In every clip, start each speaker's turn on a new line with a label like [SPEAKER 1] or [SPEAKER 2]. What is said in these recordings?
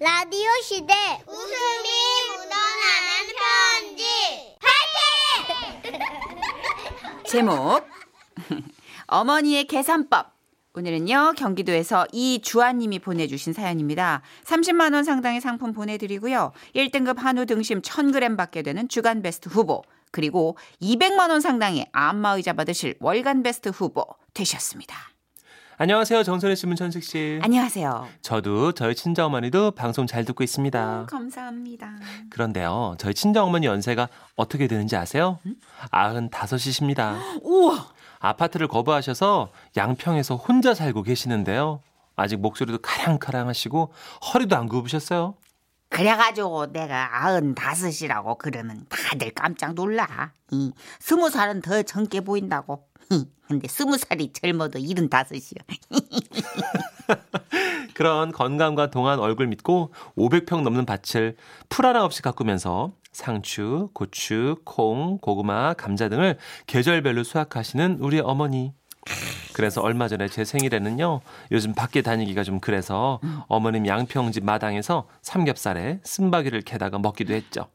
[SPEAKER 1] 라디오 시대 웃음이 묻어나는 편지
[SPEAKER 2] 제목 어머니의 계산법 오늘은요 경기도에서 이주아님이 보내주신 사연입니다. 30만 원 상당의 상품 보내드리고요. 1등급 한우 등심 1,000g 받게 되는 주간 베스트 후보 그리고 200만 원 상당의 안마의자 받으실 월간 베스트 후보 되셨습니다.
[SPEAKER 3] 안녕하세요. 정선혜 씨, 문천식 씨.
[SPEAKER 2] 안녕하세요.
[SPEAKER 3] 저도 저희 친정어머니도 방송 잘 듣고
[SPEAKER 2] 아. 음.
[SPEAKER 3] 있습니다.
[SPEAKER 2] 감사합니다.
[SPEAKER 3] 그런데요, 저희 친정어머니 연세가 어떻게 되는지 아세요? 95이십니다.
[SPEAKER 2] 우와
[SPEAKER 3] 아파트를 거부하셔서 양평에서 혼자 살고 계시는데요. 아직 목소리도 카랑카랑하시고 허리도 안 굽으셨어요.
[SPEAKER 2] 그래가지고 내가 아흔 다섯이라고 그러면 다들 깜짝 놀라. 이 스무 살은 더 젊게 보인다고. 이, 근데 스무 살이 젊어도 일흔 다섯이요.
[SPEAKER 3] 그런 건강과 동안 얼굴 믿고 500평 넘는 밭을 풀 하나 없이 가꾸면서 상추, 고추, 콩, 고구마, 감자 등을 계절별로 수확하시는 우리 어머니. 그래서 얼마 전에 제 생일에는요. 요즘 밖에 다니기가 좀 그래서 어머님 양평집 마당에서 삼겹살에 쓴바귀를 캐다가 먹기도 했죠.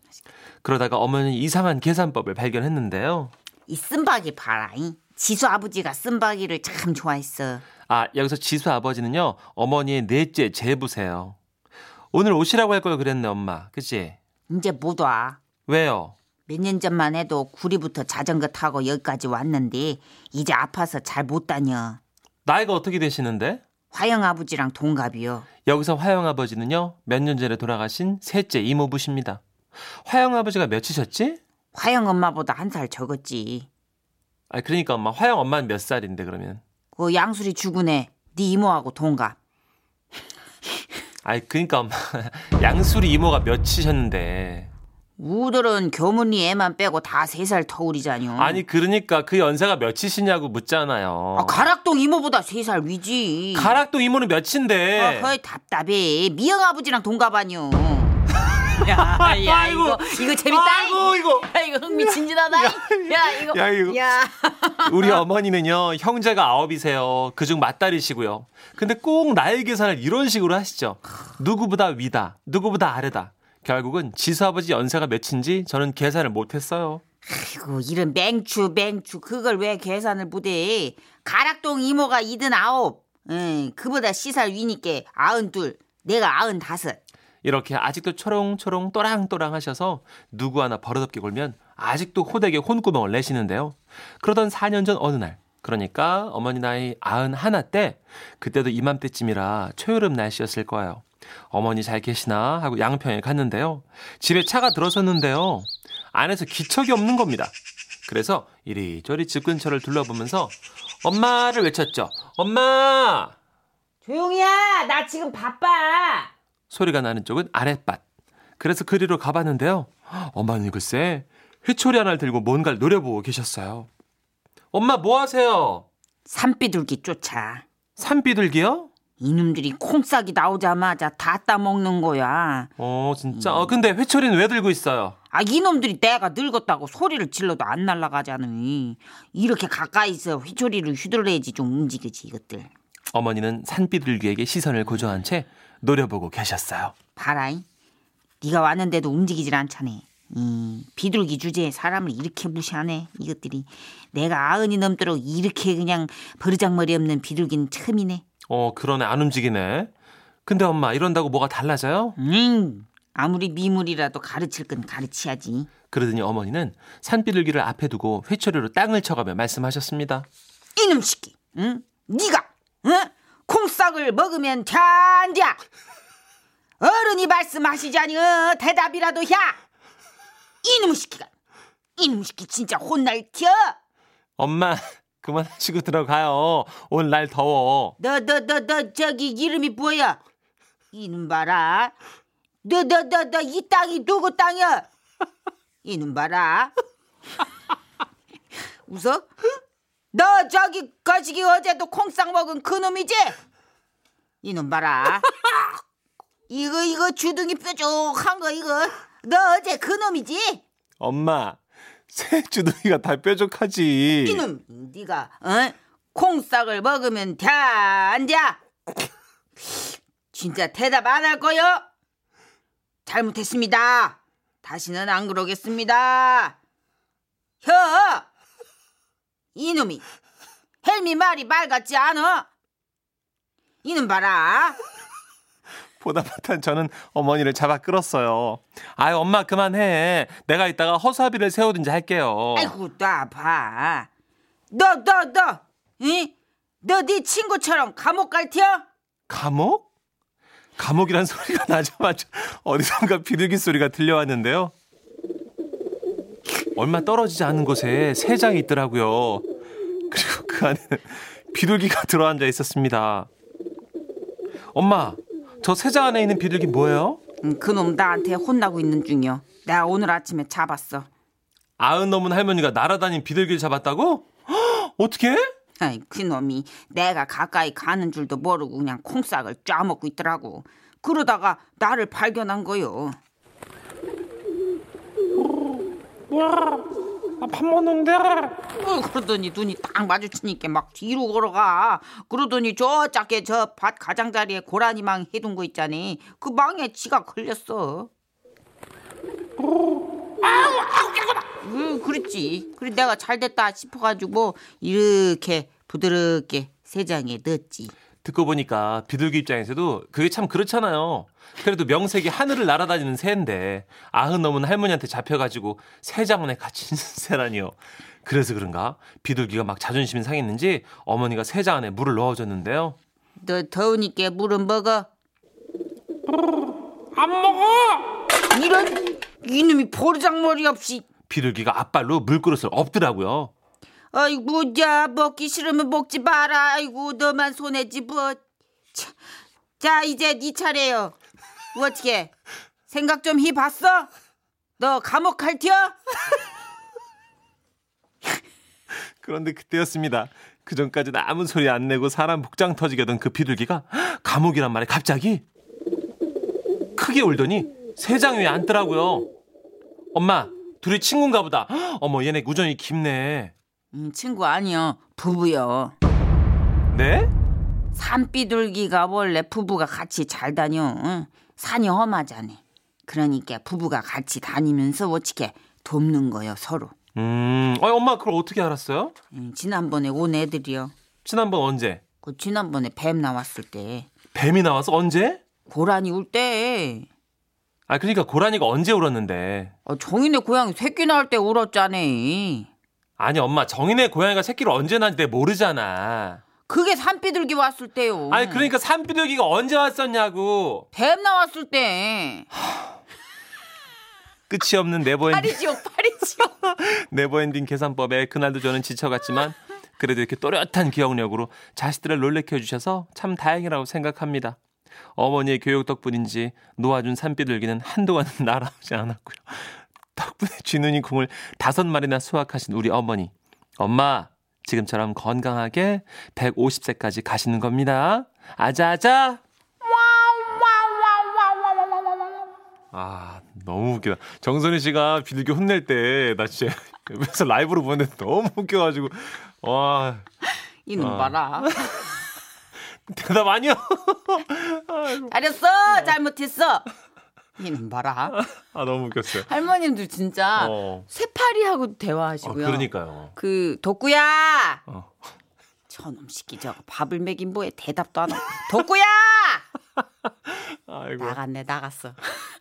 [SPEAKER 3] 그러다가 어머니 이상한 계산법을 발견했는데요.
[SPEAKER 2] 이 쓴바귀 봐라. 이. 지수 아버지가 쓴바귀를 참 좋아했어.
[SPEAKER 3] 아, 여기서 지수 아버지는요, 어머니의 넷째 제부세요. 오늘 오시라고 할 걸 그랬네, 엄마. 그치?
[SPEAKER 2] 이제 못 와.
[SPEAKER 3] 왜요?
[SPEAKER 2] 몇 년 전만 해도 구리부터 자전거 타고 여기까지 왔는데 이제 아파서 잘 못 다녀.
[SPEAKER 3] 나이가 어떻게 되시는데?
[SPEAKER 2] 화영 아버지랑 동갑이요.
[SPEAKER 3] 여기서 화영 아버지는요, 몇 년 전에 돌아가신 셋째 이모부십니다. 화영 아버지가 몇이셨지?
[SPEAKER 2] 화영 엄마보다 한 살 적었지.
[SPEAKER 3] 아, 그러니까 엄마, 화영 엄마는 몇 살인데, 그러면?
[SPEAKER 2] 그 양수리 죽은 애, 네 이모하고 동갑.
[SPEAKER 3] 아이, 그러니까 엄마, 양수리 이모가 몇이셨는데.
[SPEAKER 2] 우들은 교문이 애만 빼고 다 세 살 터울이잖요.
[SPEAKER 3] 아니, 그러니까 그 연세가 몇이시냐고 묻잖아요.
[SPEAKER 2] 아, 가락동 이모보다 세 살 위지.
[SPEAKER 3] 가락도 이모는 몇인데?
[SPEAKER 2] 아, 헐 답답해. 미영 아버지랑 동갑 아니요. 야, 야 이거 이거 재밌다.
[SPEAKER 3] 아이고, 이거.
[SPEAKER 2] 야, 이거 흥미진진하다. 야, 이거.
[SPEAKER 3] 야, 이거.
[SPEAKER 2] 야.
[SPEAKER 3] 우리 어머니는요 형제가 아홉이세요 그중 맞딸이시고요 근데 꼭 나이 계산을 이런 식으로 하시죠 누구보다 위다 누구보다 아래다 결국은 지수 아버지 연세가 몇인지 저는 계산을 못했어요
[SPEAKER 2] 아이고 이런 맹추 맹추 그걸 왜 계산을 못해. 가락동 이모가 이든 아홉. 응, 그보다 시살 위니까 아흔 둘. 내가 아흔 다섯.
[SPEAKER 3] 이렇게 아직도 초롱초롱 또랑또랑 하셔서 누구 하나 버릇없게 굴면 아직도 호되게 혼구멍을 내시는데요 그러던 4년 전 어느 날 그러니까 어머니 나이 91 때 그때도 이맘때쯤이라 초여름 날씨였을 거예요 어머니 잘 계시나 하고 양평에 갔는데요. 집에 차가 들어섰는데요. 안에서 기척이 없는 겁니다. 그래서 이리저리 집 근처를 둘러보면서 엄마를 외쳤죠. 엄마!
[SPEAKER 2] 조용히야. 나 지금 바빠.
[SPEAKER 3] 소리가 나는 쪽은 아랫밭. 그래서 그리로 가봤는데요. 엄마는 글쎄 회초리 하나를 들고 뭔가를 노려보고 계셨어요. 엄마 뭐 하세요?
[SPEAKER 2] 산비둘기 쫓아.
[SPEAKER 3] 산비둘기요?
[SPEAKER 2] 이놈들이 콩싹이 나오자마자 다 따먹는 거야.
[SPEAKER 3] 어 진짜. 어 근데 회초리는 왜 들고 있어요?
[SPEAKER 2] 아 이놈들이 내가 늙었다고 소리를 질러도 안 날아가잖니. 이렇게 가까이서 휘초리를 휘둘러야지 좀 움직이지 이것들.
[SPEAKER 3] 어머니는 산비둘기에게 시선을 고조한 채 노려보고 계셨어요.
[SPEAKER 2] 봐라이. 네가 왔는데도 움직이질 않자네. 이 비둘기 주제에 사람을 이렇게 무시하네 이것들이. 내가 아흔이 넘도록 이렇게 그냥 버르장머리 없는 비둘기는 처음이네.
[SPEAKER 3] 어, 그러네. 안 움직이네. 근데 엄마, 이런다고 뭐가 달라져요?
[SPEAKER 2] 음 아무리 미물이라도 가르칠 건 가르쳐야지.
[SPEAKER 3] 그러더니 어머니는 산비둘기를 앞에 두고 회초리로 땅을 쳐가며 말씀하셨습니다.
[SPEAKER 2] 이놈 새끼, 응? 네가, 응? 콩싹을 먹으면 잔자. 어른이 말씀하시자니 어, 대답이라도 해. 이놈 새끼가, 이놈 새끼 진짜 혼날 겨.
[SPEAKER 3] 엄마, 그만하시고 들어가요. 오늘 날 더워.
[SPEAKER 2] 너, 너, 너, 너 저기 이름이 뭐야? 이놈 봐라. 너, 너, 너, 너 이 땅이 누구 땅이야? 이놈 봐라. 웃어? 너 저기 거시기 어제도 콩싹 먹은 그놈이지? 이놈 봐라. 이거 이거 주둥이 뾰족한 거 이거 너 어제 그놈이지?
[SPEAKER 3] 엄마, 새 주둥이가 다 뾰족하지.
[SPEAKER 2] 이놈 네가 어? 콩싹을 먹으면 돼 안돼 진짜 대답 안 할 거요 잘못했습니다. 다시는 안 그러겠습니다. 혀! 이놈이 헬미 말이 맑았지 않아? 이놈 봐라.
[SPEAKER 3] 보다 못한 저는 어머니를 잡아 끌었어요. 아유, 엄마 그만해. 내가 이따가 허수아비를 세우든지 할게요.
[SPEAKER 2] 아이고 또 아파. 너 너 너, 응? 너 네 친구처럼 감옥 갈 테야?
[SPEAKER 3] 감옥? 감옥이란 소리가 나자마자 어디선가 비둘기 소리가 들려왔는데요. 얼마 떨어지지 않은 곳에 세 장이 있더라고요. 그리고 그 안에 비둘기가 들어앉아 있었습니다. 엄마, 저 세 장 안에 있는 비둘기 뭐예요?
[SPEAKER 2] 응, 음, 그놈 나한테 혼나고 있는 중이야. 내가 오늘 아침에 잡았어.
[SPEAKER 3] 아흔 넘은 할머니가 날아다닌 비둘기를 잡았다고? 어떻게?
[SPEAKER 2] 아이, 그놈이 내가 가까이 가는 줄도 모르고 그냥 콩싹을 쪼아먹고 있더라고. 그러다가 나를 발견한 거요.
[SPEAKER 3] 아, 밥 먹는데.
[SPEAKER 2] 어, 그러더니 눈이 딱 마주치니까 막 뒤로 걸어가. 그러더니 저 작게 저 밭 가장자리에 고라니망 해둔 거 있자니 그 망에 지가 걸렸어. 아우, 아우, 야, 그렇지. 그래 내가 잘 됐다 싶어가지고 이렇게 부드럽게 세 장에 넣었지.
[SPEAKER 3] 듣고 보니까 비둘기 입장에서도 그게 참 그렇잖아요. 그래도 명색이 하늘을 날아다니는 새인데 아흔 넘은 할머니한테 잡혀가지고 새 장문에 갇힌 새라니요. 그래서 그런가 비둘기가 막 자존심이 상했는지 어머니가 새장 안에 물을 넣어줬는데요.
[SPEAKER 2] 너 더우니까 물은 먹어.
[SPEAKER 3] 안 먹어!
[SPEAKER 2] 이런 이놈이 보르장머리 없이.
[SPEAKER 3] 비둘기가 앞발로 물그릇을 업더라고요.
[SPEAKER 2] 아이고 야 먹기 싫으면 먹지 마라. 아이고 너만 손해지 뭐. 차, 자 이제 네 차례요. 뭐 어떻게 생각 좀 해봤어? 너 감옥 갈 티야?
[SPEAKER 3] 그런데 그때였습니다. 그 전까지는 아무 소리 안 내고 사람 복장 터지게 하던 그 비둘기가 감옥이란 말에 갑자기 크게 울더니 세 장 위에 앉더라고요. 엄마, 둘이 친구인가 보다. 어머, 얘네 우정이 깊네.
[SPEAKER 2] 음, 친구 아니요 부부요.
[SPEAKER 3] 네?
[SPEAKER 2] 산비둘기가 원래 부부가 같이 잘 다녀. 응? 산이 험하잖아. 그러니까 부부가 같이 다니면서 어떻게 돕는 거요 서로.
[SPEAKER 3] 음, 아니, 엄마 그걸 어떻게 알았어요?
[SPEAKER 2] 음, 지난번에 온 애들이요.
[SPEAKER 3] 지난번 언제?
[SPEAKER 2] 그 지난번에 뱀 나왔을 때
[SPEAKER 3] 뱀이 나와서 언제?
[SPEAKER 2] 고라니 울 때
[SPEAKER 3] 아, 그러니까 고라니가 언제 울었는데.
[SPEAKER 2] 어, 정인의 고양이 새끼 낳을 때 울었잖아.
[SPEAKER 3] 아니, 엄마, 정인의 고양이가 새끼를 언제 낳는지 내가 모르잖아.
[SPEAKER 2] 그게 산비둘기 왔을 때요.
[SPEAKER 3] 아니, 그러니까 산비둘기가 언제 왔었냐고.
[SPEAKER 2] 뱀 나왔을 때
[SPEAKER 3] 끝이 없는 네버엔딩.
[SPEAKER 2] 파리지옥 파리지옥
[SPEAKER 3] 네버엔딩 계산법에 그날도 저는 지쳐갔지만 그래도 이렇게 또렷한 기억력으로 자식들을 놀래켜 주셔서 참 다행이라고 생각합니다. 어머니의 교육 덕분인지 놓아준 산비둘기는 한동안은 날아오지 않았고요. 덕분에 쥐눈이 콩을 다섯 마리나 수확하신 우리 어머니. 엄마, 지금처럼 건강하게 150세까지 가시는 겁니다. 아자아자! 아, 너무 웃겨. 정선희 씨가 비둘기 혼낼 때 나 진짜 옆에서 라이브로 보는데 너무 웃겨가지고 와
[SPEAKER 2] 이놈
[SPEAKER 3] 어.
[SPEAKER 2] 봐라.
[SPEAKER 3] 대답 아니요.
[SPEAKER 2] 잘했어 잘못했어. 이놈 봐라.
[SPEAKER 3] 아 너무 웃겼어요.
[SPEAKER 2] 할머님들 진짜
[SPEAKER 3] 어,
[SPEAKER 2] 새파리하고
[SPEAKER 3] 어,
[SPEAKER 2] 대화하시고요.
[SPEAKER 3] 그러니까요.
[SPEAKER 2] 그 덕구야.
[SPEAKER 3] 어.
[SPEAKER 2] 저놈 시키 저 밥을 먹인 뭐에 대답도 안 하고 덕구야
[SPEAKER 3] 아이고
[SPEAKER 2] 나갔네 나갔어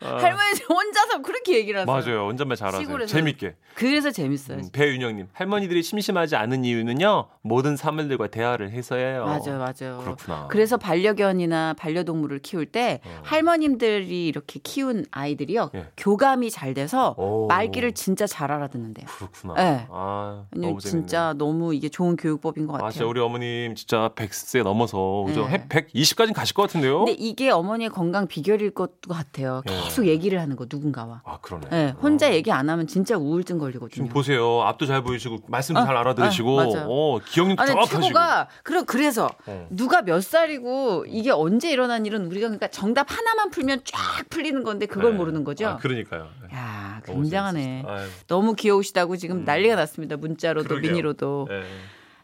[SPEAKER 3] 예. 아.
[SPEAKER 2] 할머니 혼자서 그렇게 얘기를 하세요
[SPEAKER 3] 맞아요. 혼잣말 잘하세요.
[SPEAKER 2] 시골에서-
[SPEAKER 3] 재밌게.
[SPEAKER 2] 그래서 재밌어요
[SPEAKER 3] 음, 배윤영님 할머니들이 심심하지 않은 이유는요 모든 사물들과 대화를 해서예요.
[SPEAKER 2] 맞아요 맞아요
[SPEAKER 3] 어. 그렇구나.
[SPEAKER 2] 그래서 반려견이나 반려동물을 키울 때
[SPEAKER 3] 어.
[SPEAKER 2] 할머님들이 이렇게 키운 아이들이요
[SPEAKER 3] 예.
[SPEAKER 2] 교감이 잘 돼서
[SPEAKER 3] 오.
[SPEAKER 2] 말귀를 진짜 잘 알아듣는데요
[SPEAKER 3] 그렇구나.
[SPEAKER 2] 네.
[SPEAKER 3] 아
[SPEAKER 2] 아니,
[SPEAKER 3] 너무 재밌네.
[SPEAKER 2] 진짜 너무 이게 좋은 교육법인 것
[SPEAKER 3] 아
[SPEAKER 2] 같아요
[SPEAKER 3] 진짜 우리 어머님 진짜 100세 넘어서 그죠?
[SPEAKER 2] 네.
[SPEAKER 3] 120까지 가실 것 같은데요.
[SPEAKER 2] 근데 이게 어머니의 건강 비결일 것 같아요
[SPEAKER 3] 예.
[SPEAKER 2] 계속 얘기를 하는 거 누군가와
[SPEAKER 3] 아 그러네.
[SPEAKER 2] 예, 혼자
[SPEAKER 3] 어.
[SPEAKER 2] 얘기 안 하면 진짜 우울증
[SPEAKER 3] 지금
[SPEAKER 2] 걸리거든요
[SPEAKER 3] 보세요. 앞도 잘 보이시고 말씀도
[SPEAKER 2] 아,
[SPEAKER 3] 잘 알아들으시고
[SPEAKER 2] 아, 맞아요.
[SPEAKER 3] 어, 기억력도
[SPEAKER 2] 아니
[SPEAKER 3] 정확하시고.
[SPEAKER 2] 최고가 그래 그래서
[SPEAKER 3] 어.
[SPEAKER 2] 누가 몇 살이고 이게 언제 일어난 일은 우리가 그러니까 정답 하나만 풀면 쫙 풀리는 건데 그걸
[SPEAKER 3] 네.
[SPEAKER 2] 모르는 거죠.
[SPEAKER 3] 아, 그러니까요. 네.
[SPEAKER 2] 야
[SPEAKER 3] 너무
[SPEAKER 2] 굉장하네.
[SPEAKER 3] 재밌었어요. 아유,
[SPEAKER 2] 너무 귀여우시다고 지금
[SPEAKER 3] 음.
[SPEAKER 2] 난리가 났습니다. 문자로도
[SPEAKER 3] 그러게요.
[SPEAKER 2] 미니로도.
[SPEAKER 3] 예.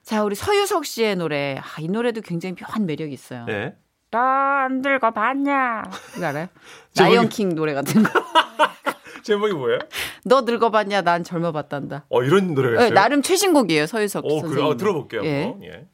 [SPEAKER 2] 자 우리 서유석 씨의 노래 아, 이 노래도 굉장히 묘한 매력이 있어요.
[SPEAKER 3] 예.
[SPEAKER 2] 넌 늙어 봤냐? 이거 알아요?
[SPEAKER 3] 제목이-
[SPEAKER 2] 라이언킹 노래 같은 거.
[SPEAKER 3] 제목이 뭐예요?
[SPEAKER 2] 너 늙어 봤냐? 난 젊어 봤단다.
[SPEAKER 3] 어 이런 노래가
[SPEAKER 2] 네,
[SPEAKER 3] 있어요.
[SPEAKER 2] 나름 최신곡이에요 서유석
[SPEAKER 3] 어,
[SPEAKER 2] 선생님.
[SPEAKER 3] 그래. 어, 들어볼게요.
[SPEAKER 2] 예.
[SPEAKER 3] 한번. 예.